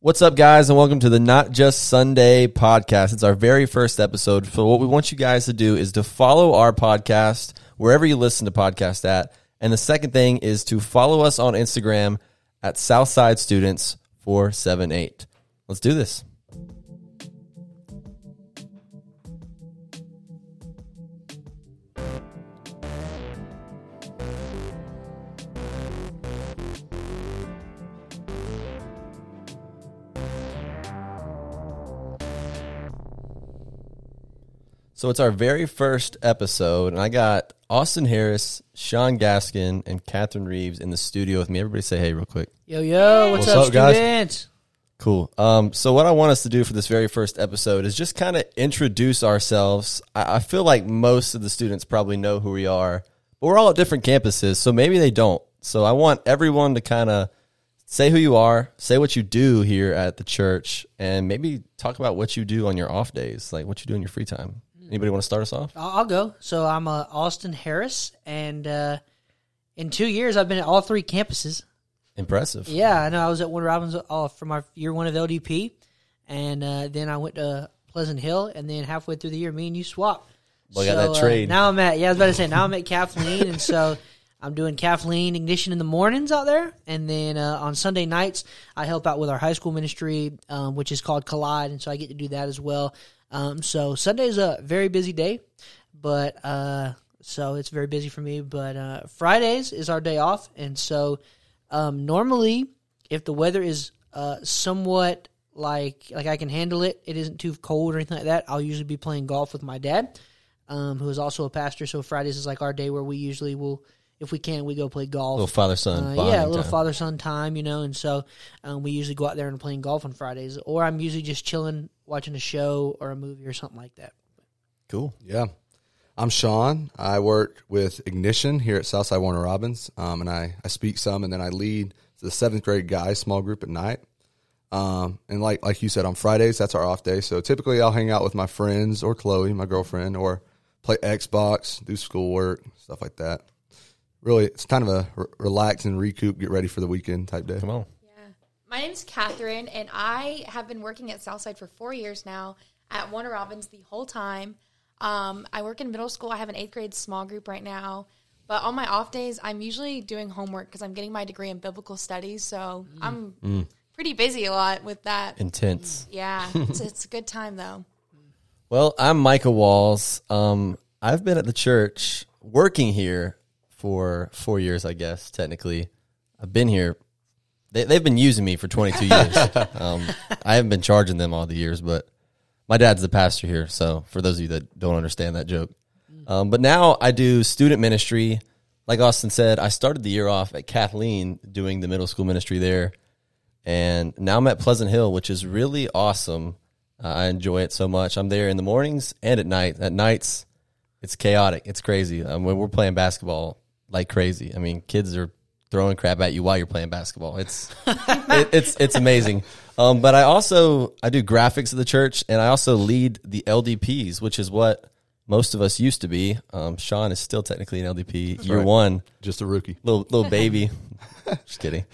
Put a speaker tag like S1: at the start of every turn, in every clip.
S1: What's up, guys, and welcome to the Not Just Sunday podcast. It's our very first episode. So, what we want you guys to do is to follow our podcast wherever you listen to podcasts at. And the second thing is to follow us on Instagram at Southside Students 478. Let's do this. So it's our very first episode, and I got Austin Harris, Sean Gaskin, and Catherine Reeves in the studio with me. Everybody say hey real quick.
S2: Yo, yo, what's,
S1: What's
S2: up,
S1: up, guys?
S2: students?
S1: Cool. Um, so what I want us to do for this very first episode is just kind of introduce ourselves. I, I feel like most of the students probably know who we are, but we're all at different campuses, so maybe they don't. So I want everyone to kind of say who you are, say what you do here at the church, and maybe talk about what you do on your off days, like what you do in your free time. Anybody want to start us off?
S2: I'll, I'll go. So I'm uh, Austin Harris, and uh, in two years I've been at all three campuses.
S1: Impressive.
S2: Yeah, I know. I was at One Robbins uh, from our year one of LDP, and uh, then I went to Pleasant Hill, and then halfway through the year, me and you swapped.
S1: Well, I got that trade.
S2: Uh, now I'm at yeah, I was about to say now I'm at Kathleen, and so I'm doing Kathleen ignition in the mornings out there, and then uh, on Sunday nights I help out with our high school ministry, um, which is called Collide, and so I get to do that as well. Um, so Sunday's a very busy day, but uh, so it's very busy for me. But uh, Fridays is our day off, and so um, normally if the weather is uh, somewhat like like I can handle it, it isn't too cold or anything like that. I'll usually be playing golf with my dad um, who is also a pastor. So Fridays is like our day where we usually will, if we can, we go play golf.
S1: Little father son.
S2: Uh, yeah, a little
S1: time.
S2: father son time, you know, and so um, we usually go out there and playing golf on Fridays, or I'm usually just chilling, watching a show or a movie or something like that.
S1: Cool.
S3: Yeah. I'm Sean. I work with Ignition here at Southside Warner Robbins, um, and I, I speak some, and then I lead the seventh grade guys small group at night. Um, and like like you said, on Fridays that's our off day. So typically I'll hang out with my friends or Chloe, my girlfriend, or play Xbox, do schoolwork, stuff like that. Really, it's kind of a re- relax and recoup, get ready for the weekend type day.
S1: Come on.
S4: Yeah. My name's Catherine, and I have been working at Southside for four years now at Warner Robins the whole time. Um, I work in middle school. I have an eighth grade small group right now. But on my off days, I'm usually doing homework because I'm getting my degree in biblical studies. So I'm pretty busy a lot with that.
S1: Intense.
S4: Yeah, it's, it's a good time though.
S1: Well, I'm Micah Walls. Um, I've been at the church working here for four years, I guess, technically. I've been here. They, they've been using me for 22 years. um, I haven't been charging them all the years, but my dad's the pastor here. So for those of you that don't understand that joke. Um, but now I do student ministry. Like Austin said, I started the year off at Kathleen doing the middle school ministry there and now I'm at Pleasant Hill, which is really awesome. Uh, I enjoy it so much. I'm there in the mornings and at night. At nights, it's chaotic. It's crazy. Um, when we're playing basketball like crazy. I mean, kids are throwing crap at you while you're playing basketball. It's it, it's it's amazing. Um, but I also I do graphics at the church, and I also lead the LDPs, which is what most of us used to be. Um, Sean is still technically an LDP year
S3: right.
S1: one
S3: Just a rookie.
S1: little little baby. Just kidding.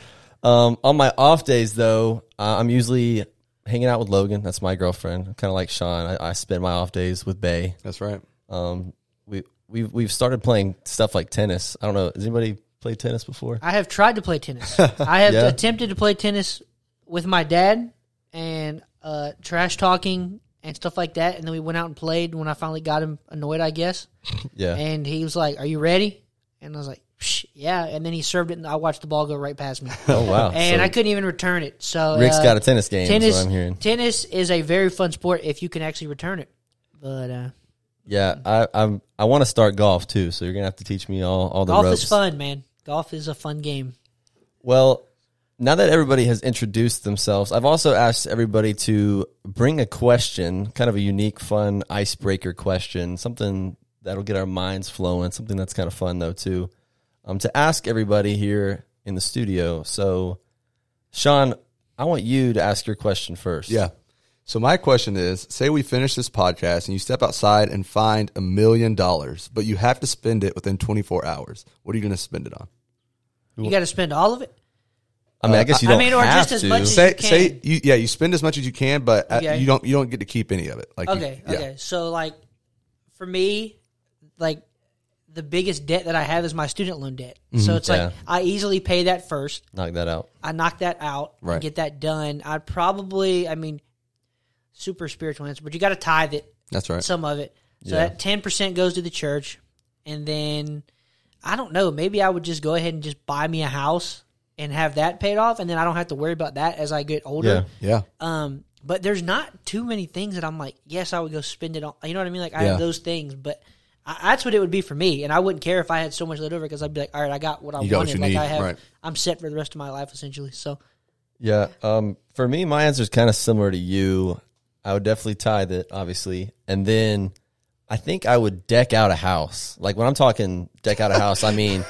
S1: Um, on my off days, though, uh, I'm usually hanging out with Logan. That's my girlfriend. Kind of like Sean. I, I spend my off days with Bay.
S3: That's right.
S1: Um, we we've we've started playing stuff like tennis. I don't know. Has anybody played tennis before?
S2: I have tried to play tennis. I have
S1: Yeah.
S2: attempted to play tennis with my dad and uh, trash talking and stuff like that. And then we went out and played when I finally got him annoyed, I guess.
S1: Yeah.
S2: And he was like, Are you ready? And I was like, Psh, Yeah. And then he served it and I watched the ball go right past me.
S1: oh wow.
S2: and
S1: So
S2: I couldn't even return it. So
S1: Rick's
S2: uh,
S1: got a tennis game. Tennis.
S2: tennis.
S1: Is what I'm hearing.
S2: Tennis is a very fun sport if you can actually return it. But uh,
S1: Yeah. I I'm, I want to start golf too. So you're gonna have to teach me all all the
S2: golf
S1: ropes.
S2: is fun, man. Golf is a fun game.
S1: Well, now that everybody has introduced themselves, I've also asked everybody to bring a question, kind of a unique, fun icebreaker question, something that'll get our minds flowing, something that's kind of fun though too, um, to ask everybody here in the studio. So, Sean, I want you to ask your question first.
S3: Yeah. So my question is, say we finish this podcast and you step outside and find a million dollars, but you have to spend it within 24 hours. What are you going to spend it on?
S2: You got to spend all of it.
S1: I mean, I guess you
S2: Uh, I
S1: don't
S2: mean, or
S1: have
S2: just as
S1: to.
S2: much as-
S3: Say
S2: You
S3: say
S2: can.
S3: you yeah, you spend as much as you can, but uh
S2: Okay.
S3: you don't you don't get to keep any of it. Like you-
S2: Okay,
S3: yeah.
S2: okay. So like for me, like the biggest debt that I have is my student loan debt. So it's
S1: Mm-hmm. Yeah.
S2: like I easily pay that first.
S1: knock that out.
S2: I knock that out,
S3: Right.
S2: get that done. I'd probably, I mean, super spiritual answer, but you got to tithe it,
S3: That's right.
S2: some of it. So
S1: Yeah.
S2: that 10% goes to the church. And then I don't know, maybe I would just go ahead and just buy me a house and have that paid off. And then I don't have to worry about that as I get older.
S3: yeah.
S2: Um, but there's not too many things that I'm like, yes, I would go spend it on. You know what I mean? Like I
S3: Yeah.
S2: have those things, but I, that's what it would be for me. And I wouldn't care if I had so much left over because I'd be like, all right, I got what I
S3: You got what
S2: wanted.
S3: you
S2: like
S3: need,
S2: I have,
S3: right.
S2: I'm set for the rest of my life essentially. So
S1: Yeah. Um, for me, my answer is kind of similar to you. I would definitely tithe it, obviously, and then I think I would deck out a house. Like when I'm talking deck out a house, I mean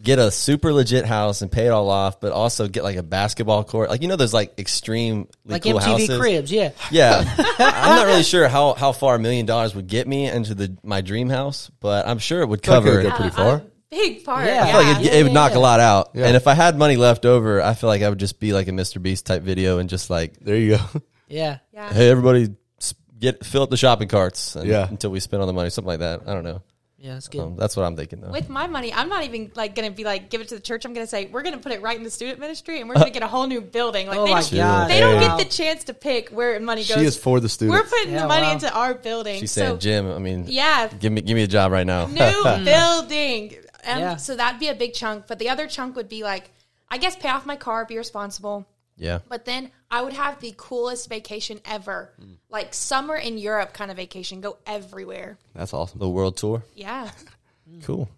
S1: get a super legit house and pay it all off, but also get like a basketball court. Like you know, there's like extremely
S2: like
S1: cool
S2: MTV
S1: houses.
S2: Cribs, yeah.
S1: Yeah, I'm not really sure how, how far a million dollars would get me into the my dream house, but I'm sure it would
S3: That could
S1: cover.
S3: go pretty far.
S4: Big part.
S2: Yeah.
S4: Yeah.
S2: I
S1: I feel like it, it would knock a lot out.
S3: Yeah.
S1: And if I had money left over, I feel like I would just be like a Mr. Beast type video and just like,
S3: There you go.
S2: Yeah.
S4: Yeah.
S1: hey, everybody, s- get fill up the shopping carts and,
S3: Yeah.
S1: until we spend all the money, something like that. I don't know.
S2: Yeah, that's good.
S1: Um, that's what I'm thinking though.
S4: With my money, I'm not even like gonna be like give it to the church. I'm gonna say we're gonna put it right in the student ministry, and we're gonna get a whole new building. Like
S2: oh
S4: they,
S2: my
S4: don't,
S2: god.
S4: they don't
S2: Wow.
S4: get the chance to pick where money goes.
S3: She is for the
S4: we're
S3: students.
S4: putting
S2: Yeah,
S4: the money
S2: wow.
S4: into our building.
S1: She's saying,
S4: so
S1: Jim, I mean,
S4: yeah,
S1: give me give me a job right now.
S4: new building. Um,
S2: Yeah.
S4: So that'd be a big chunk. But the other chunk would be like, I guess pay off my car, be responsible.
S1: yeah.
S4: But then I would have the coolest vacation ever, like summer in Europe kind of vacation. Go everywhere.
S3: That's awesome.
S1: The world tour.
S4: Yeah,
S1: Cool.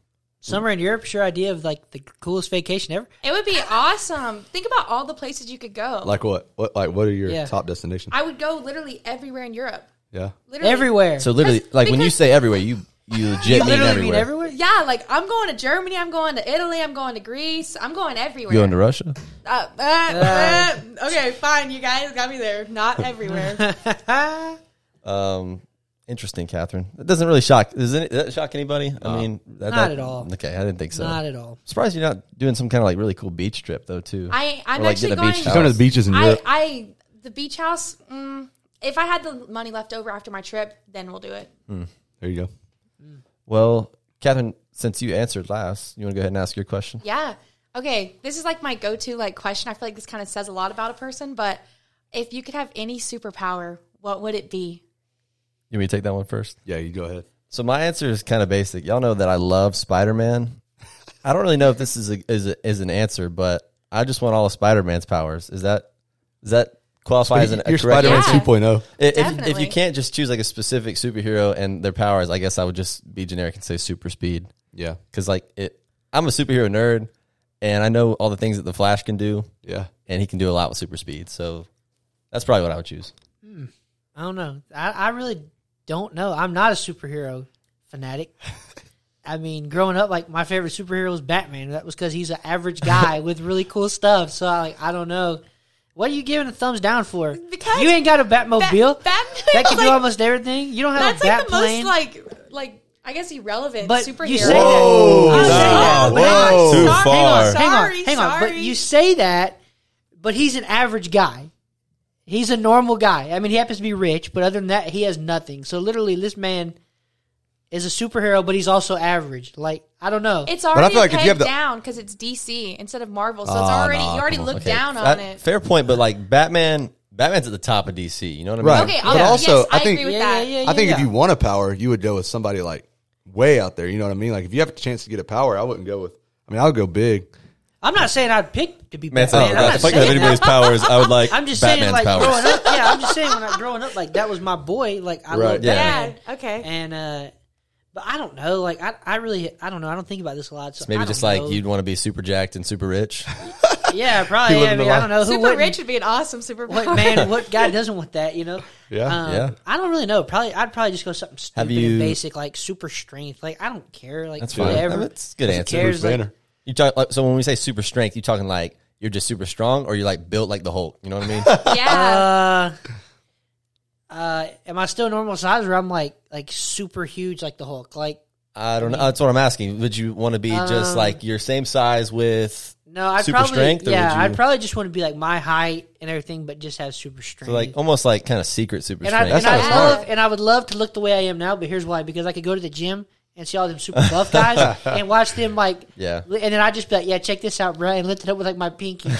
S2: Summer in Europe, your idea of like the coolest vacation ever.
S4: it would be awesome. Think about all the places you could go.
S3: Like what? What like what are your
S2: Yeah.
S3: top destinations?
S4: I would go literally everywhere in Europe.
S3: yeah.
S4: Literally
S2: Everywhere.
S1: So literally, like when you
S4: because-
S1: say everywhere, you you legit
S2: you
S1: mean
S2: literally
S1: everywhere.
S2: mean everywhere?
S4: Yeah, like I'm going to Germany. I'm going to Italy. I'm going to Greece. I'm going everywhere.
S1: You going to Russia?
S4: Uh, uh, uh, okay, fine. You guys got me there. Not everywhere.
S1: Um, interesting, Catherine. That doesn't really shock. Does it does that shock anybody? I mean, that,
S2: Not
S1: that-
S2: at all.
S1: Okay, I didn't think so.
S2: Not at all.
S1: Surprised you're not doing some kind of like really cool beach trip though too.
S4: I I'm
S1: Or, like,
S4: actually
S1: get a
S4: going.
S1: beach
S3: She's going to the beaches in
S4: I
S3: Europe.
S4: I the beach house. Mm, if I had the money left over after my trip, then we'll do it.
S3: there you go.
S1: well, Catherine, since you answered last, you want to go ahead and ask your question.
S4: Yeah. Okay. This is like my go-to like question. I feel like this kind of says a lot about a person. But if you could have any superpower, what would it be?
S1: You want me to take that one first?
S3: Yeah, you go ahead.
S1: So my answer is kind of basic. Y'all know that I love Spider Man. I don't really know if this is a, is a, is an answer, but I just want all of Spider Man's powers. Is that is that qualify as an a
S3: You're
S1: correct
S3: Spider Man
S4: Yeah.
S3: 2.0.
S1: If, if, if
S4: Definitely.
S1: you can't just choose like a specific superhero and their powers, I guess I would just be generic and say super speed
S3: Yeah.
S1: because like it, I'm a superhero nerd and I know all the things that the Flash can do,
S3: Yeah.
S1: and he can do a lot with super speed. So that's probably what I would choose.
S2: I don't know. I, I really don't know. I'm not a superhero fanatic. I mean, growing up, like my favorite superhero was Batman. That was because he's an average guy with really cool stuff. So I like I don't know. What are you giving a thumbs down for?
S4: Because
S2: you ain't got a
S4: Ba-
S2: Batmobile
S4: Batman-
S2: that can do
S4: like,
S2: almost everything. You don't have
S4: That's
S2: a Bat
S4: like the
S2: plane.
S4: most like like I guess irrelevant
S2: but
S4: superhero.
S2: you say that. You say that, but hang on.
S1: whoa. Too
S4: Sorry,
S1: far.
S4: Sorry,
S2: hang on, hang on.
S4: sorry.
S2: But you say that, but he's an average guy. He's a normal guy. I mean, he happens to be rich, but other than that, he has nothing. So literally, this man is a superhero, but he's also average. Like I don't know.
S4: It's
S3: I
S4: already
S3: feel like if you
S4: pegged
S3: have the-
S4: down because it's DC instead of Marvel, so it's
S3: Ah,
S4: already
S3: nah,
S4: you already
S3: come on.
S4: look
S1: Okay,
S4: down
S1: that-
S4: on it.
S1: Fair point, but like Batman, Batman's at the top of DC. You know what I mean?
S3: Right.
S4: Okay,
S3: But
S4: I'll,
S3: also,
S4: yes,
S3: I
S4: I,
S3: think-
S4: agree with
S2: yeah,
S4: that.
S2: yeah, yeah,
S3: I think
S2: yeah.
S3: if you want a power, you would go with somebody like way out there. You know what I mean? Like if you have a chance to get a power, I wouldn't go with. I mean, I would go big.
S2: I'm not saying I'd pick to be
S1: Man,
S2: Batman. Oh, I'm, not
S1: if I could have
S2: saying
S1: anybody's
S2: that.
S1: powers, I would like
S2: I'm just
S1: Batman's
S2: saying, like
S1: powers.
S2: growing up. Yeah, I'm just saying when I growing up, like that was my boy. Like I
S3: Right,
S2: loved
S1: yeah.
S2: Batman.
S4: Yeah, okay.
S2: And uh, but I don't know. Like I, I really, I don't know. I don't think about this a lot. So I
S1: Maybe
S2: don't
S1: just like
S2: know.
S1: you'd want to be super jacked and super rich.
S2: Yeah, probably.
S3: living
S2: I
S3: the
S2: mean, I
S3: life.
S2: don't know who
S4: Super
S2: wouldn't-
S4: rich would be an awesome superpower.
S2: What man? What guy doesn't want that? You know.
S3: Yeah.
S2: Um,
S1: Yeah.
S2: I don't really know. Probably, I'd probably just go something stupid
S1: Have you-
S2: and basic, like super strength. Like I don't care. Like
S1: That's fine.
S2: whatever.
S1: I mean, it's a good
S2: Who
S1: answer.
S2: cares, like-
S3: Banner.
S1: You talk like so when we say super strength, you talking like you're just super strong, or you're like built like the Hulk. You know what I mean?
S4: yeah,
S2: uh, uh, am I still normal size, or I'm like like super huge, like the Hulk? Like Um,
S1: I don't know. That's what I'm asking. Would you want to be just like your same size with
S2: No, I'd
S1: Super
S2: probably
S1: strength, or
S2: yeah,
S1: would you-
S2: I'd probably just want to be like my height and everything, but just have super strength.
S1: So like almost like kind of secret super
S2: and I
S1: strength.
S2: and
S3: not
S2: I
S3: as
S2: love
S3: hard.
S2: and I would love to look the way I am now, but here's why: because I could go to the gym and see all them super buff guys and watch them like
S1: Yeah.
S2: and then I just be like, yeah, check this out, bro, and lift it up with like my pinky,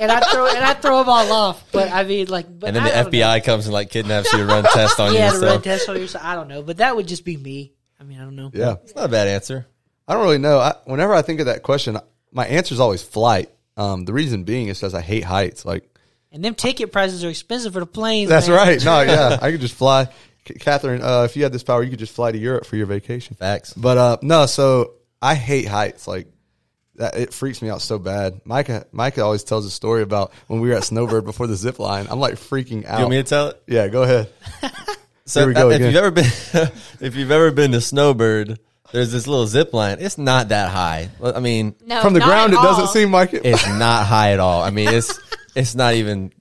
S2: and I throw and I throw them all off. But I mean, like, but
S1: and then
S2: I
S1: the
S2: don't know.
S1: FBI comes and like kidnaps you to run test on
S2: yeah,
S1: you.
S2: to
S1: So
S2: run tests on yourself. I don't know, but that would just be me. I mean, I don't know.
S3: Yeah.
S1: it's not a bad answer.
S3: I don't really know. I, whenever I think of that question, my answer is always flight. Um, the reason being is because I hate heights. Like
S2: And them ticket prices are expensive for the planes.
S3: that's
S2: man.
S3: right. No, yeah, I could just fly. C- Catherine, uh, if you had this power, you could just fly to Europe for your vacation.
S1: Facts.
S3: But uh, no, so I hate heights. Like that, it freaks me out so bad. Micah, Micah always tells a story about when we were at Snowbird before the zip line. I'm like freaking out.
S1: You want me to tell it?
S3: yeah, go ahead.
S1: So
S3: Here we go
S1: if
S3: again.
S1: you've ever been if you've ever been to Snowbird, there's this little zip line. It's not that high. I mean,
S4: No,
S3: From the
S4: not
S3: ground, it
S4: at
S3: doesn't
S4: all.
S3: seem like it.
S1: it's not high at all. I mean, it's it's not even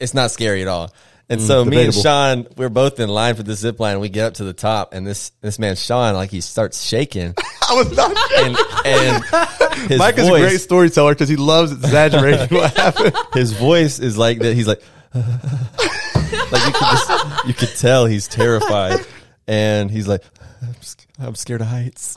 S1: it's not scary at all. And so me and
S3: Mm, debatable.
S1: Sean, we're both in line for the zip line. We get up to the top, and this this man Sean, like he starts shaking,
S3: I was not.
S1: and and his
S3: Micah's a
S1: voice,
S3: great storyteller because he loves exaggerating what happened.
S1: his voice is like that. He's like, like you could just, you could tell he's terrified, and he's like, I'm, sc- I'm scared of heights.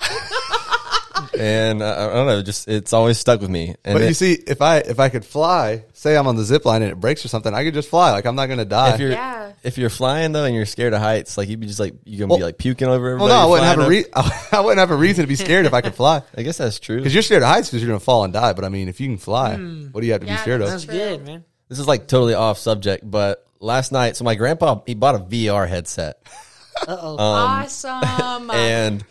S1: and I, I don't know, just it's always stuck with me. And
S3: But you
S1: it-
S3: see, if I if I could fly, say I'm on the zip line and it breaks or something, I could just fly. Like I'm not gonna die.
S1: if you're
S4: Yeah.
S1: if you're flying though and you're scared of heights, like you'd be just like you're gonna be
S3: Well-
S1: like puking over
S3: well,
S1: everybody.
S3: no, I wouldn't have a
S1: flying
S3: re- I wouldn't have a reason to be scared if I could fly.
S1: up. I guess that's true.
S3: Because you're scared of heights because you're gonna fall and die. But I mean, if you can fly, what do you have to be
S4: Hmm. Yeah,
S3: scared of?
S2: That's good, man.
S1: This is like totally off subject, but last night, so my grandpa he bought a VR headset.
S4: awesome.
S3: Um,
S1: and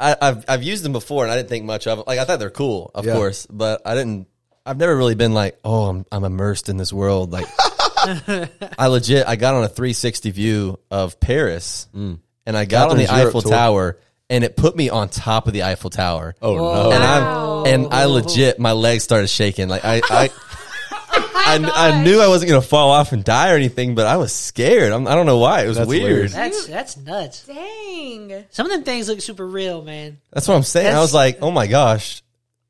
S1: I, I've I've used them before, and I didn't think much of it. Like I thought they're cool, of
S3: Yeah.
S1: course, but I didn't. I've never really been like, oh, I'm I'm immersed in this world. Like I legit, I got on a 360 view of Paris, and I got on the
S3: Mm. Catherine's
S1: Eiffel
S3: Europe tour.
S1: Tower, and it put me on top of the Eiffel Tower.
S3: Oh
S2: Whoa.
S3: no!
S1: and
S4: Wow.
S1: I'm and I legit my legs started shaking. Like I I I, I knew I wasn't gonna fall off and die or anything, but I was scared. I'm, I don't know why. It was
S3: That's
S1: weird.
S3: weird.
S2: That's that's nuts.
S4: Dang.
S2: Some of them things look super real, man.
S1: That's what I'm saying. I
S2: That's-
S1: was like, oh my gosh.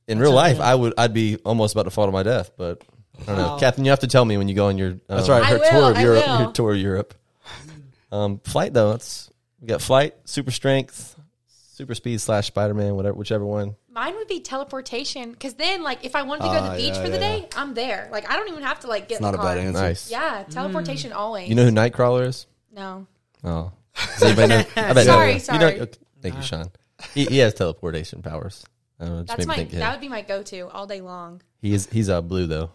S1: In real life,
S2: okay.
S1: I would I'd be almost about to fall to my death, but I don't know.
S2: Wow.
S1: Catherine, you have to tell me when you go on your um,
S3: That's right.
S4: I
S3: Her
S4: will,
S3: tour of
S4: I
S3: Europe.
S4: will.
S1: your tour of Europe. Um, flight though, it's we got flight, super strength, super speed slash Spider Man, whatever, whichever one.
S4: Mine would be teleportation because then, like, if I wanted to go to
S3: Ah,
S4: the beach
S3: yeah,
S4: for the
S3: yeah.
S4: day, I'm there. Like, I don't even have to like get in
S3: not
S4: the
S3: a
S4: car.
S3: bad answer.
S1: Nice.
S4: Yeah, teleportation always.
S1: You know who Nightcrawler is?
S4: no.
S1: Oh, does anybody know? I bet
S4: Sorry,
S1: you know. You
S4: sorry.
S1: know- okay. Thank you, Sean. He, he has teleportation powers. I don't know, it just made
S4: That's
S1: me
S4: my.
S1: think of him.
S4: That would be my go-to all day long.
S1: he is he's uh, blue though.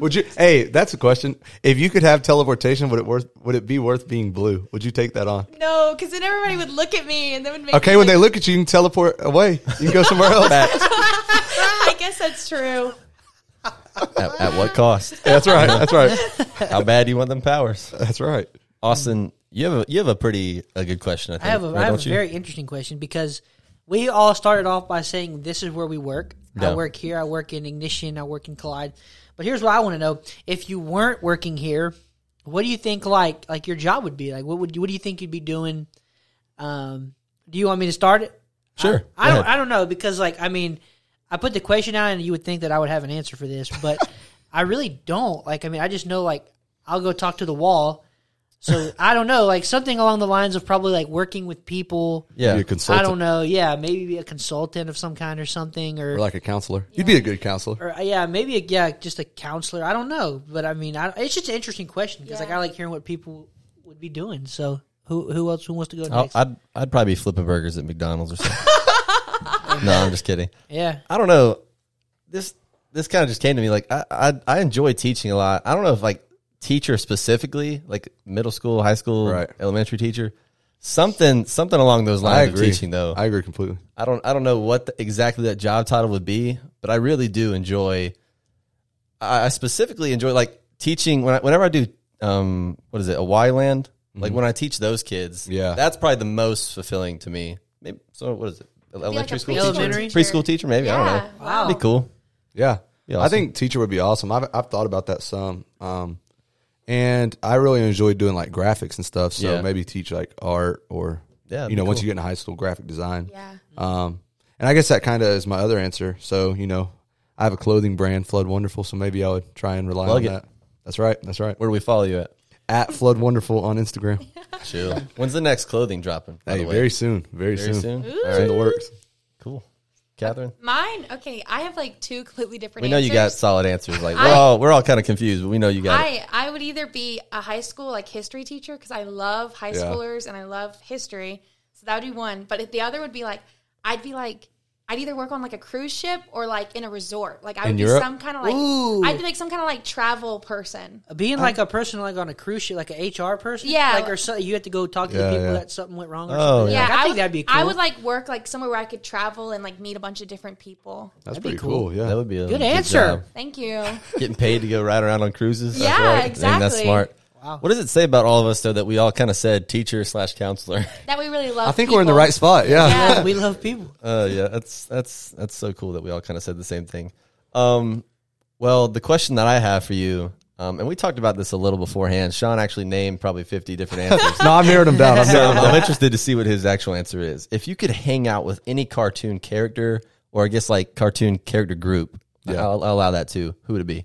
S3: Would you? Hey, that's a question. If you could have teleportation, would it worth? Would it be worth being blue? Would you take that on?
S4: No, because then everybody would look at me and they would make.
S3: Okay,
S4: me
S3: when they
S4: look-
S3: look at you, you can teleport away. You can go somewhere else.
S4: "Ah, I guess that's true.
S1: At, at what cost?
S3: that's right. That's right.
S1: How bad do you want them powers?
S3: That's right.
S1: Austin, you have a, you have a pretty a good question. I think.
S2: I have a,
S1: right,
S2: I have
S1: don't
S2: a
S1: you?
S2: very interesting question because we all started off by saying this is where we work.
S1: Yeah.
S2: I work here. I work in Ignition. I work in Collide. But here's what I want to know: if you weren't working here, what do you think like like your job would be like? What would you, what do you think you'd be doing? Um, do you want me to start it?
S1: Sure.
S2: I
S1: Go
S2: don't.
S1: ahead.
S2: I don't know because, like, I mean, I put the question out, and you would think that I would have an answer for this, but I really don't. Like, I mean, I just know, like, I'll go talk to the wall. So I don't know, like something along the lines of probably like working with people.
S1: Yeah.
S3: Be a consultant.
S2: I don't know. Yeah, maybe be a consultant of some kind or something, or
S3: Or like a counselor. You'd be a good counselor.
S2: or uh, yeah, maybe a, yeah, just a counselor. I don't know, but I mean, I, it's just an interesting question because like
S4: Yeah.
S2: I like hearing what people would be doing. So who who else who wants to go
S1: I'll-
S2: next?
S1: I'd I'd probably be flipping burgers at McDonald's or something. no, I'm just kidding.
S2: yeah,
S1: I don't know. This this kind of just came to me. Like I, I I enjoy teaching a lot. I don't know if like teacher specifically, like middle school, high school,
S3: Right.
S1: elementary teacher, something something along those
S3: I
S1: lines of
S3: agree.
S1: teaching though.
S3: I agree completely.
S1: I don't I don't know what the, exactly that job title would be, but I really do enjoy. I, I specifically enjoy like teaching when I, whenever I do um what is it a Y land like when I teach those kids.
S3: Mm-hmm. Yeah.
S1: that's probably the most fulfilling to me. Maybe so. What is it? Elementary
S4: a
S1: school,
S4: preschool
S2: Elementary?
S1: teacher? preschool teacher, maybe I don't know.
S4: Yeah, wow.
S1: That'd be cool.
S3: Yeah.
S1: Yeah,
S3: I think teacher would be awesome. I've, I've thought about that some. Um, and I really enjoy doing like graphics and stuff. So
S1: Yeah.
S3: maybe teach like art or,
S1: Yeah, that'd
S3: you know,
S1: be
S3: once
S1: cool.
S3: you get into high school, graphic design.
S4: Yeah.
S3: Um, and I guess that kind of is my other answer. So, you know, I have a clothing brand, Flood Wonderful, so maybe I would try and rely
S1: Plug it.
S3: on that. That's right. That's right.
S1: Where do we follow you at?
S3: At Flood Wonderful on Instagram.
S1: Chill. When's the next clothing dropping? By
S3: hey,
S1: the way?
S3: very soon. Very,
S1: Very
S3: soon.
S1: soon.
S3: It's in the
S1: All right,
S3: works.
S1: cool. Catherine,
S4: Mine, okay, I have like two completely different
S1: we know you got
S4: answers.
S1: solid answers. Like
S4: I-
S1: we're all we're all kind of confused, but we know you got it.
S4: I, I would either be a high school like history teacher because I love high
S3: Yeah.
S4: schoolers and I love history. So that would be one. But if the other would be like I'd be like I'd either work on like a cruise ship or like in a resort. Like I would
S3: In
S4: be
S3: Europe?
S4: some kind of like
S2: Ooh.
S4: I'd be like some kind of like travel person.
S2: Being like a person like on a cruise ship, like an HR person,
S4: Yeah.
S2: like or so, you have to go talk to
S3: Yeah,
S2: the people
S3: yeah.
S2: that something went wrong. Or
S1: Oh,
S2: something.
S1: yeah.
S4: Yeah,
S2: Like, I, think
S4: would,
S2: that'd be cool.
S4: I would like work like somewhere where I could travel and like meet a bunch of different people.
S3: That's
S2: That'd be
S3: pretty
S2: cool.
S3: cool. Yeah.
S1: That would be a
S2: Good answer.
S1: job.
S4: Thank you.
S1: Getting paid to go ride around on cruises.
S4: Yeah,
S1: I think that's
S4: exactly.
S1: smart.
S2: Wow.
S1: What does it say about all of us though that we all kind of said teacher slash counselor?
S4: that we really love.
S3: I think we're in the
S4: people.
S3: right spot. Yeah.
S4: Yeah.
S2: we love people.
S1: Uh, yeah, that's that's that's so cool that we all kind of said the same thing. Um, well, the question that I have for you, um, and we talked about this a little beforehand. Sean actually named probably fifty different answers.
S3: no, I narrowed them down. I
S1: so
S3: narrowed 'em
S1: I'm,
S3: down.
S1: I'm interested to see what his actual answer is. If you could hang out with any cartoon character, or I guess like cartoon character group,
S3: Yeah.
S1: I'll, I'll allow that too. Who would it be?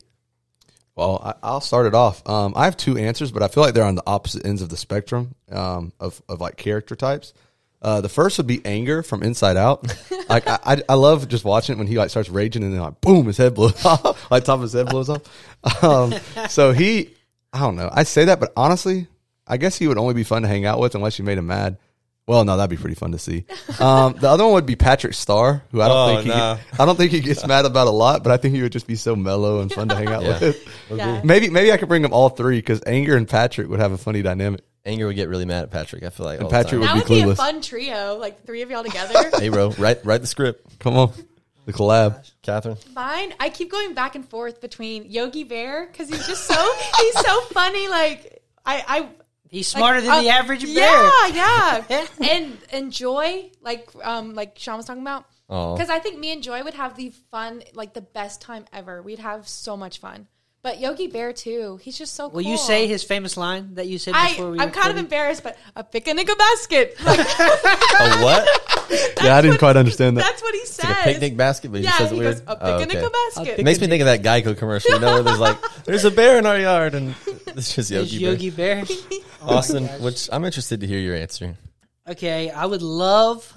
S3: Well, I, I'll start it off. Um, I have two answers, but I feel like they're on the opposite ends of the spectrum um, of, of like character types. Uh, the first would be anger from Inside Out. like I, I, I love just watching it when he like starts raging and then like boom, his head blows off, like top of his head blows off. Um, so he, I don't know. I say that, but honestly, I guess he would only be fun to hang out with unless you made him mad. Well, no, that'd be pretty fun to see. Um, the other one would be Patrick Starr, who I don't
S1: Oh,
S3: think he,
S1: no.
S3: I don't think he gets mad about a lot, but I think he would just be so mellow and fun to hang out
S1: Yeah.
S3: with.
S4: Yeah.
S3: Maybe maybe I could bring them all three because Anger and Patrick would have a funny dynamic.
S1: Anger would get really mad at Patrick. I feel like all the time.
S3: Patrick would
S4: That
S3: be
S4: would be a
S3: clueless.
S4: fun trio, like the three of y'all together.
S1: Hey, bro, write write the script,
S3: Come on, the collab.
S1: Catherine.
S4: Mine, I keep going back and forth between Yogi Bear because he's just so he's so funny. Like I, I
S2: He's smarter
S4: like,
S2: than
S4: uh,
S2: the average bear.
S4: Yeah, yeah. and and Joy, like um, like Sean was talking about,
S1: Aw.
S4: because I think me and Joy would have the fun, like the best time ever. We'd have so much fun. But Yogi Bear too, he's just so.
S2: Will you say his famous line that you said
S4: I,
S2: before we?
S4: I'm kind of
S2: recorded?
S4: embarrassed, but a picnic a basket. Like,
S1: A what?
S3: yeah, I didn't quite understand that.
S4: that's what he says.
S1: Like a picnic basket, but he
S4: yeah,
S1: says it
S4: he
S1: weird.
S4: goes a
S1: Oh,
S4: picnic
S1: okay.
S4: a basket.
S1: It makes me think of that Geico commercial. You know, where there's like, there's a bear in our yard, and it's just Yogi,
S2: Is Yogi Bear.
S1: Bear. Austin, which I'm interested to hear your answer.
S2: okay, I would love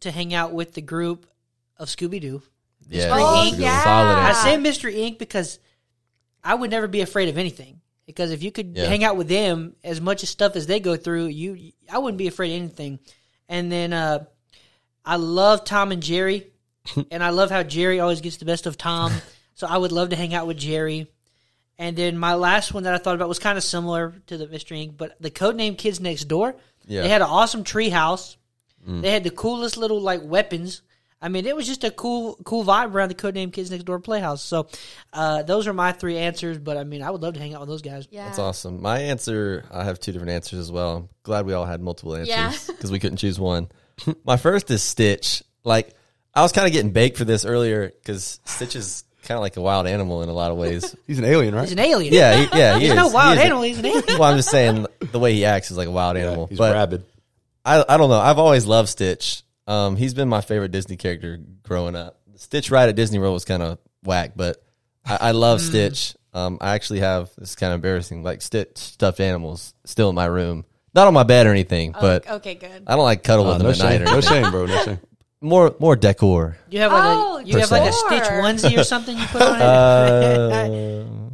S2: to hang out with the group of Scooby Doo.
S1: Yeah,
S4: Oh,
S1: that's a good
S4: yeah.
S1: solid
S2: I
S1: answer.
S2: say Mystery Inc. because I would never be afraid of anything. Because if you could
S1: Yeah.
S2: hang out with them as much as stuff as they go through, you I wouldn't be afraid of anything. And then uh, I love Tom and Jerry, and I love how Jerry always gets the best of Tom. so I would love to hang out with Jerry. And then my last one that I thought about was kind of similar to the Mystery Inc. But the codename Kids Next Door,
S1: Yeah. Mm.
S2: they had an awesome tree house. They had the coolest little like weapons. I mean, it was just a cool, cool vibe around the Codename Kids Next Door Playhouse. So, uh, those are my three answers. But I mean, I would love to hang out with those guys.
S4: yeah.
S1: That's awesome. My answer, I have two different answers as well. I'm glad we all had multiple
S4: Yeah.
S1: answers because we couldn't choose one. My first is Stitch. Like, I was kind of getting baked for this earlier because Stitch is kind of like a wild animal in a lot of ways.
S3: He's an alien, right?
S2: He's an alien.
S1: Yeah, he, yeah, he
S2: he's
S1: is.
S2: no
S1: He
S2: wild
S1: is a-
S2: animal. He's an alien.
S1: well, I'm just saying the way he acts is like a wild animal.
S3: He's
S1: but
S3: rabid.
S1: I, I don't know. I've always loved Stitch. Um, he's been my favorite Disney character growing up. Stitch ride at Disney World was kind of whack, but I, I love
S2: Hmm.
S1: Stitch. Um, I actually have this is kind of embarrassing, like Stitch stuffed animals still in my room, not on my bed or
S2: Oh,
S1: anything, but
S4: okay, good.
S1: I don't like cuddle
S3: Uh,
S1: with them
S3: no
S1: at night
S3: shame,
S1: or
S3: no
S1: anything.
S3: shame, bro. No shame.
S1: More more decor.
S2: You have like
S4: Oh,
S2: a you have like a
S4: sure.
S2: Stitch onesie or something you put on it.
S1: Uh,
S4: No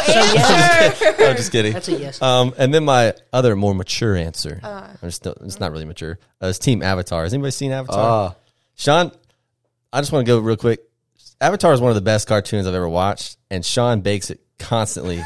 S4: answer.
S1: I'm just kidding.
S2: That's a yes. Uh,
S1: Um, and then my other more mature answer, I'm just, it's not really mature, uh, is Team Avatar. Has anybody seen Avatar?
S3: Uh,
S1: Sean, I just want to go real quick. Avatar is one of the best cartoons I've ever watched, and Sean bakes it constantly.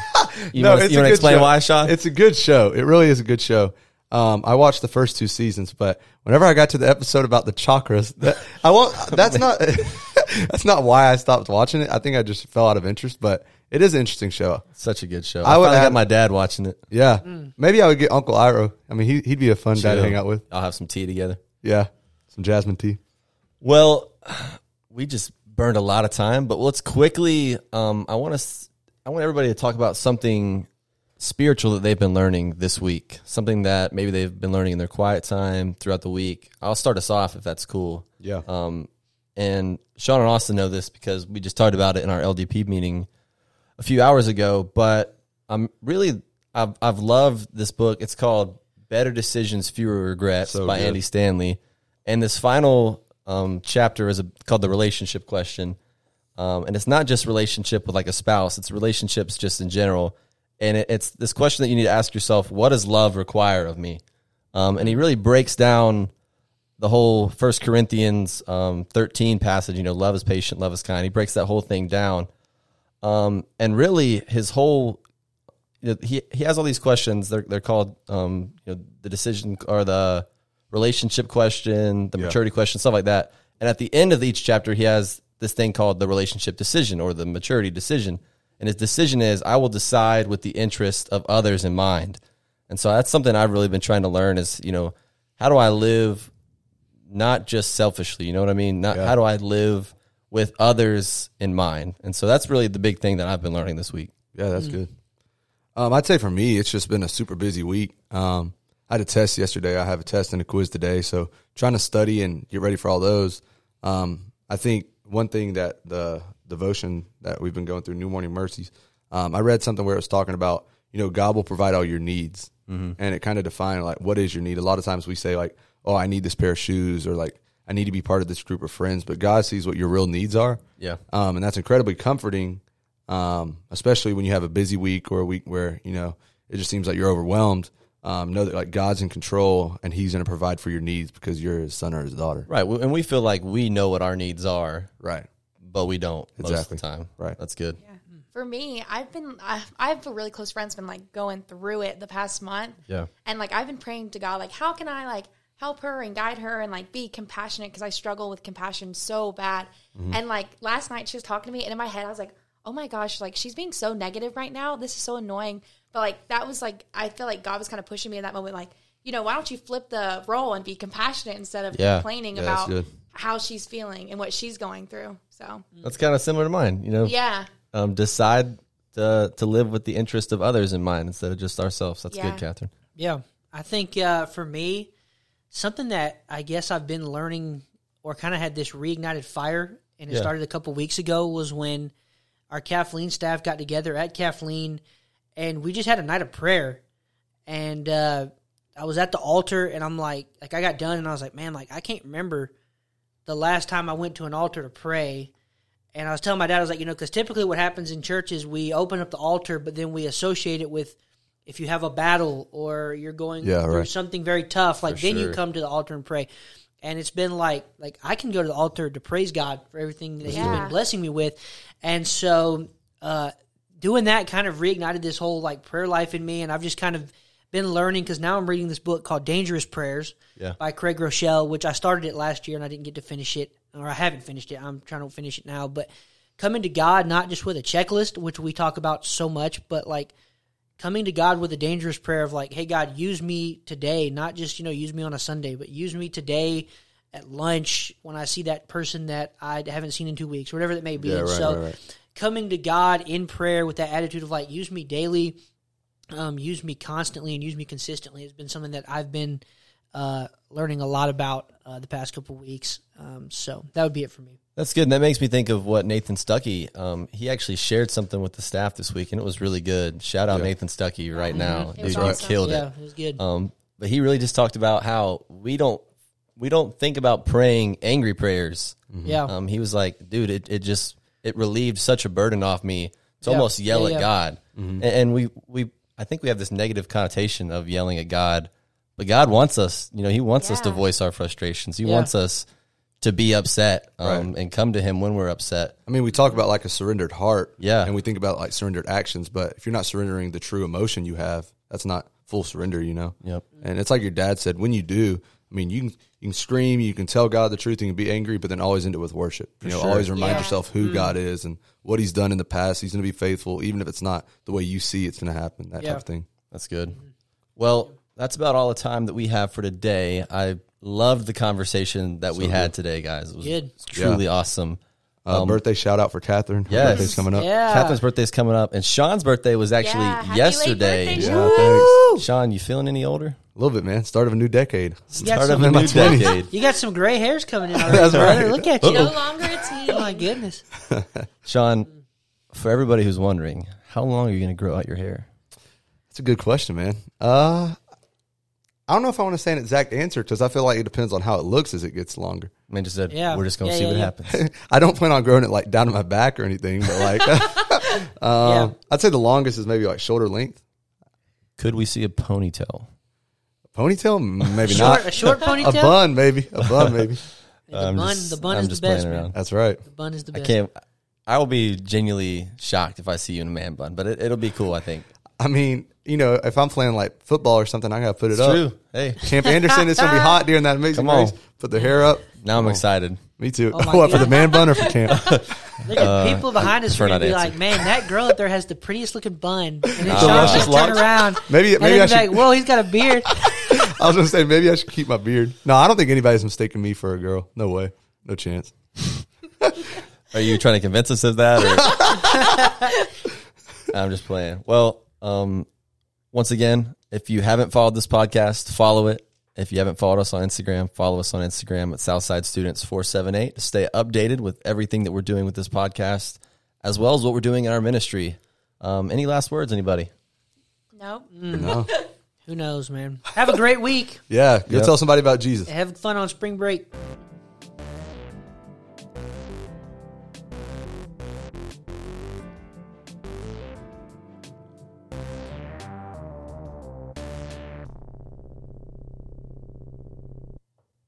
S1: You want
S3: it's a
S1: to
S3: good
S1: explain
S3: show.
S1: why, Sean?
S3: It's a good show. It really is a good show. Um, I watched the first two seasons, but whenever I got to the episode about the chakras, that, I won't. That's not. that's not why I stopped watching it. I think I just fell out of interest. But it is an interesting show.
S1: Such a good show.
S3: I
S1: I,
S3: would
S1: finally got
S3: add-
S1: my dad watching it.
S3: Yeah,
S1: Mm.
S3: maybe I would get Uncle Iro. I mean, he, he'd be a fun guy to hang out with.
S1: I'll have some tea together.
S3: Yeah, some jasmine tea.
S1: Well, we just burned a lot of time, but let's quickly. Um, I want to. I want everybody to talk about something spiritual that they've been learning this week. Something that maybe they've been learning in their quiet time throughout the week. I'll start us off if that's cool.
S3: Yeah.
S1: Um, and Sean and Austin know this because we just talked about it in our LDP meeting a few hours ago. But I'm really I've I've loved this book. It's called Better Decisions, Fewer Regrets
S3: So
S1: by
S3: good.
S1: Andy Stanley, and this final um, chapter is a, called the relationship question. Um, and it's not just relationship with like a spouse; it's relationships just in general. And it, it's this question that you need to ask yourself: What does love require of me? Um, and he really breaks down the whole First Corinthians um, thirteen passage. You know, love is patient, love is kind. He breaks that whole thing down, um, and really his whole you know, he he has all these questions. They're they're called um, you know the decision or the relationship question, the maturity question, stuff like that. And at the end of each chapter, he has this thing called the relationship decision or the maturity decision. And his decision is, I will decide with the interest of others in mind. And so that's something I've really been trying to learn is you know how do I live not just selfishly. You know what I mean? Not how do I live with others in mind. And so that's really the big thing that I've been learning this week.
S3: Yeah, that's good. Um, I'd say for me, it's just been a super busy week. Um, I had a test yesterday. I have a test and a quiz today. So trying to study and get ready for all those. Um, I think one thing that the devotion that we've been going through, New Morning Mercies, um, I read something where it was talking about, you know, God will provide all your needs. And it kind of defined like, what is your need? A lot of times we say like, oh, I need this pair of shoes or like, I need to be part of this group of friends. But God sees what your real needs are
S1: Yeah.
S3: um, and that's incredibly comforting, um, especially when you have a busy week or a week where you know it just seems like you're overwhelmed. Um, know that like God's in control and He's going to provide for your needs because you're His son or His daughter.
S1: Right. Well, And we feel like we know what our needs are,
S3: Right.
S1: but we don't most of the
S3: Exactly.
S1: time.
S3: Right.
S1: That's good.
S4: Yeah. For me, I've been I, I have a really close friend's been like going through it the past month.
S1: Yeah.
S4: And like I've been praying to God like how can I like help her and guide her and like be compassionate cuz I struggle with compassion so bad.
S3: Mm-hmm.
S4: And like last night she was talking to me and in my head I was like, "Oh my gosh, like she's being so negative right now. This is so annoying." But like that was like I feel like God was kind of pushing me in that moment like, you know, why don't you flip the role and be compassionate instead of
S1: Yeah.
S4: complaining
S3: Yeah, that's
S4: about
S3: good. Mm-hmm.
S4: how she's feeling and what she's going through. So,
S1: That's kind of similar to mine. You know,
S4: yeah.
S1: um, decide to, to live with the interest of others in mind instead of just ourselves. That's
S4: Yeah.
S1: good, Catherine.
S2: Yeah, I think uh, for me, something that I guess I've been learning or kind of had this reignited fire, and it
S1: Yeah.
S2: started a couple weeks ago, was when our Kathleen staff got together at Kathleen, and we just had a night of prayer. And uh, I was at the altar, and I'm like, like I got done, and I was like, man, like I can't remember the last time I went to an altar to pray. And I was telling my dad, I was like, you know, because typically what happens in church is we open up the altar, but then we associate it with if you have a battle or you're going
S3: Yeah,
S2: through
S3: right.
S2: something very tough, like then you
S1: sure.
S2: come to the altar and pray. And it's been like, like I can go to the altar to praise God for everything that He's
S4: Yeah.
S2: been blessing me with. And so, uh, doing that kind of reignited this whole like prayer life in me. And I've just kind of been learning because now I'm reading this book called Dangerous Prayers
S1: Yeah.
S2: by Craig Rochelle, which I started it last year and I didn't get to finish it, or I haven't finished it. I'm trying to finish it now, but coming to God not just with a checklist, which we talk about so much, but like coming to God with a dangerous prayer of like, "Hey God, use me today, not just you know use me on a Sunday, but use me today." At lunch, when I see that person that I haven't seen in two weeks, whatever that may be,
S3: Yeah,
S2: And
S3: right,
S2: so
S3: right, right.
S2: coming to God in prayer with that attitude of like, use me daily, um, use me constantly, and use me consistently has been something that I've been uh, learning a lot about uh, the past couple weeks. Um, so that would be it for me.
S1: That's good. And that makes me think of what Nathan Stuckey, um, he actually shared something with the staff this week, and it was really good. Shout out Nathan Stuckey right now.
S4: Mm-hmm. It was
S1: Dude,
S4: awesome.
S1: you killed it.
S2: Yeah, it was good.
S1: Um, but he really just talked about how we don't we don't think about praying angry prayers.
S2: yeah,
S1: Um, he was like, dude, it, it just it relieved such a burden off me to almost yell
S2: Yeah, Mm-hmm.
S1: at
S2: yeah.
S1: God. And, and we we I think we have this negative connotation of yelling at God, but God wants us. You know, He wants us to
S4: Yeah.
S1: voice our frustrations. He
S2: Yeah.
S1: wants us to be upset um, and come to Him when we're upset.
S3: I mean, we talk about like a surrendered heart,
S1: Yeah.
S3: and we think about like surrendered actions, but if you're not surrendering the true emotion you have, that's not full surrender, you know.
S1: Yep.
S3: And it's like your dad said, when you do, I mean, you can you can scream, you can tell God the truth, you can be angry, but then always end it with worship. you know, always remind
S4: Yeah.
S3: yourself who
S2: Mm-hmm.
S3: God is and what He's done in the past. He's going to be faithful, even if it's not the way you see it's going to happen. That
S2: Yeah.
S3: type of thing.
S1: That's good. Well, that's about all the time that we have for today. I loved the conversation that we had today, guys. It was
S2: Good.
S1: truly awesome.
S3: Uh, birthday shout out for Catherine. Her
S1: Um, yes.
S3: birthday's coming up.
S2: yeah.
S1: Catherine's birthday's coming up, and Sean's birthday was actually
S4: Yeah, happy late
S1: yesterday.
S4: birthday,
S3: Yeah, thanks.
S1: Sean, you feeling any older?
S3: A little bit, man. Start of a new decade.
S2: got
S1: Start of
S2: some
S1: a new
S2: new twenties.
S1: decade.
S2: You got some gray hairs coming in already, brother. Look at you.
S4: No longer a
S2: Oh my
S4: teen.
S2: goodness.
S1: Sean, for everybody who's wondering, how long are you going to grow out your hair?
S3: That's a good question, man. Uh, I don't know if I want to say an exact answer because I feel like it depends on how it looks as it gets longer.
S1: I mean, just said,
S2: Yeah.
S1: we're just going to
S2: Yeah,
S1: see
S2: yeah,
S1: what
S2: yeah.
S1: happens.
S3: I don't plan on growing it like down to my back or anything, but like, Um,
S2: yeah.
S3: I'd say the longest is maybe like shoulder length.
S1: Could we see a ponytail?
S3: Ponytail, maybe
S2: Short,
S3: not.
S2: a short
S3: A
S2: ponytail.
S3: bun, maybe. A bun, maybe.
S2: The bun, the bun
S1: I'm
S2: is
S1: just
S2: the best.
S1: playing around.
S2: Man.
S3: That's right.
S2: The bun is the
S1: I
S2: best.
S1: can't. I will be genuinely shocked if I see you in a man bun, but it, it'll be cool. I think
S3: I mean, you know, if I'm playing like football or something, I gotta put it
S1: it's
S3: up.
S1: true. Hey,
S3: Camp Anderson, it's gonna be hot during that amazing
S1: Come on.
S3: race. Put the hair up.
S1: now I'm excited.
S3: Me too.
S2: Oh my
S3: what for
S2: God.
S3: the man bun or for camp?
S2: Look at people behind us
S1: uh, prefer
S2: are gonna
S1: not to
S2: be
S1: answer.
S2: like, "Man, that girl up there has the prettiest looking bun." And then Sean's
S3: one's
S2: just
S3: just
S2: turn
S3: locked?
S2: around.
S3: Maybe-
S2: and
S3: maybe
S2: then
S3: I
S2: be
S3: should-
S2: like, "Whoa, he's got a beard."
S3: I was gonna say maybe I should keep my beard. No, I don't think anybody's mistaken me for a girl. No way. No chance.
S1: Are you trying to convince us of that? Or? I'm just playing. Well, um, once again, if you haven't followed this podcast, follow it. If you haven't followed us on Instagram, follow us on Instagram at Southside Students 478 to stay updated with everything that we're doing with this podcast, as well as what we're doing in our ministry. Um, any last words, anybody?
S4: No.
S3: No.
S2: Who knows, man? Have a great week.
S3: Yeah. Go
S1: Yep.
S3: tell somebody about Jesus.
S2: Have fun on spring break.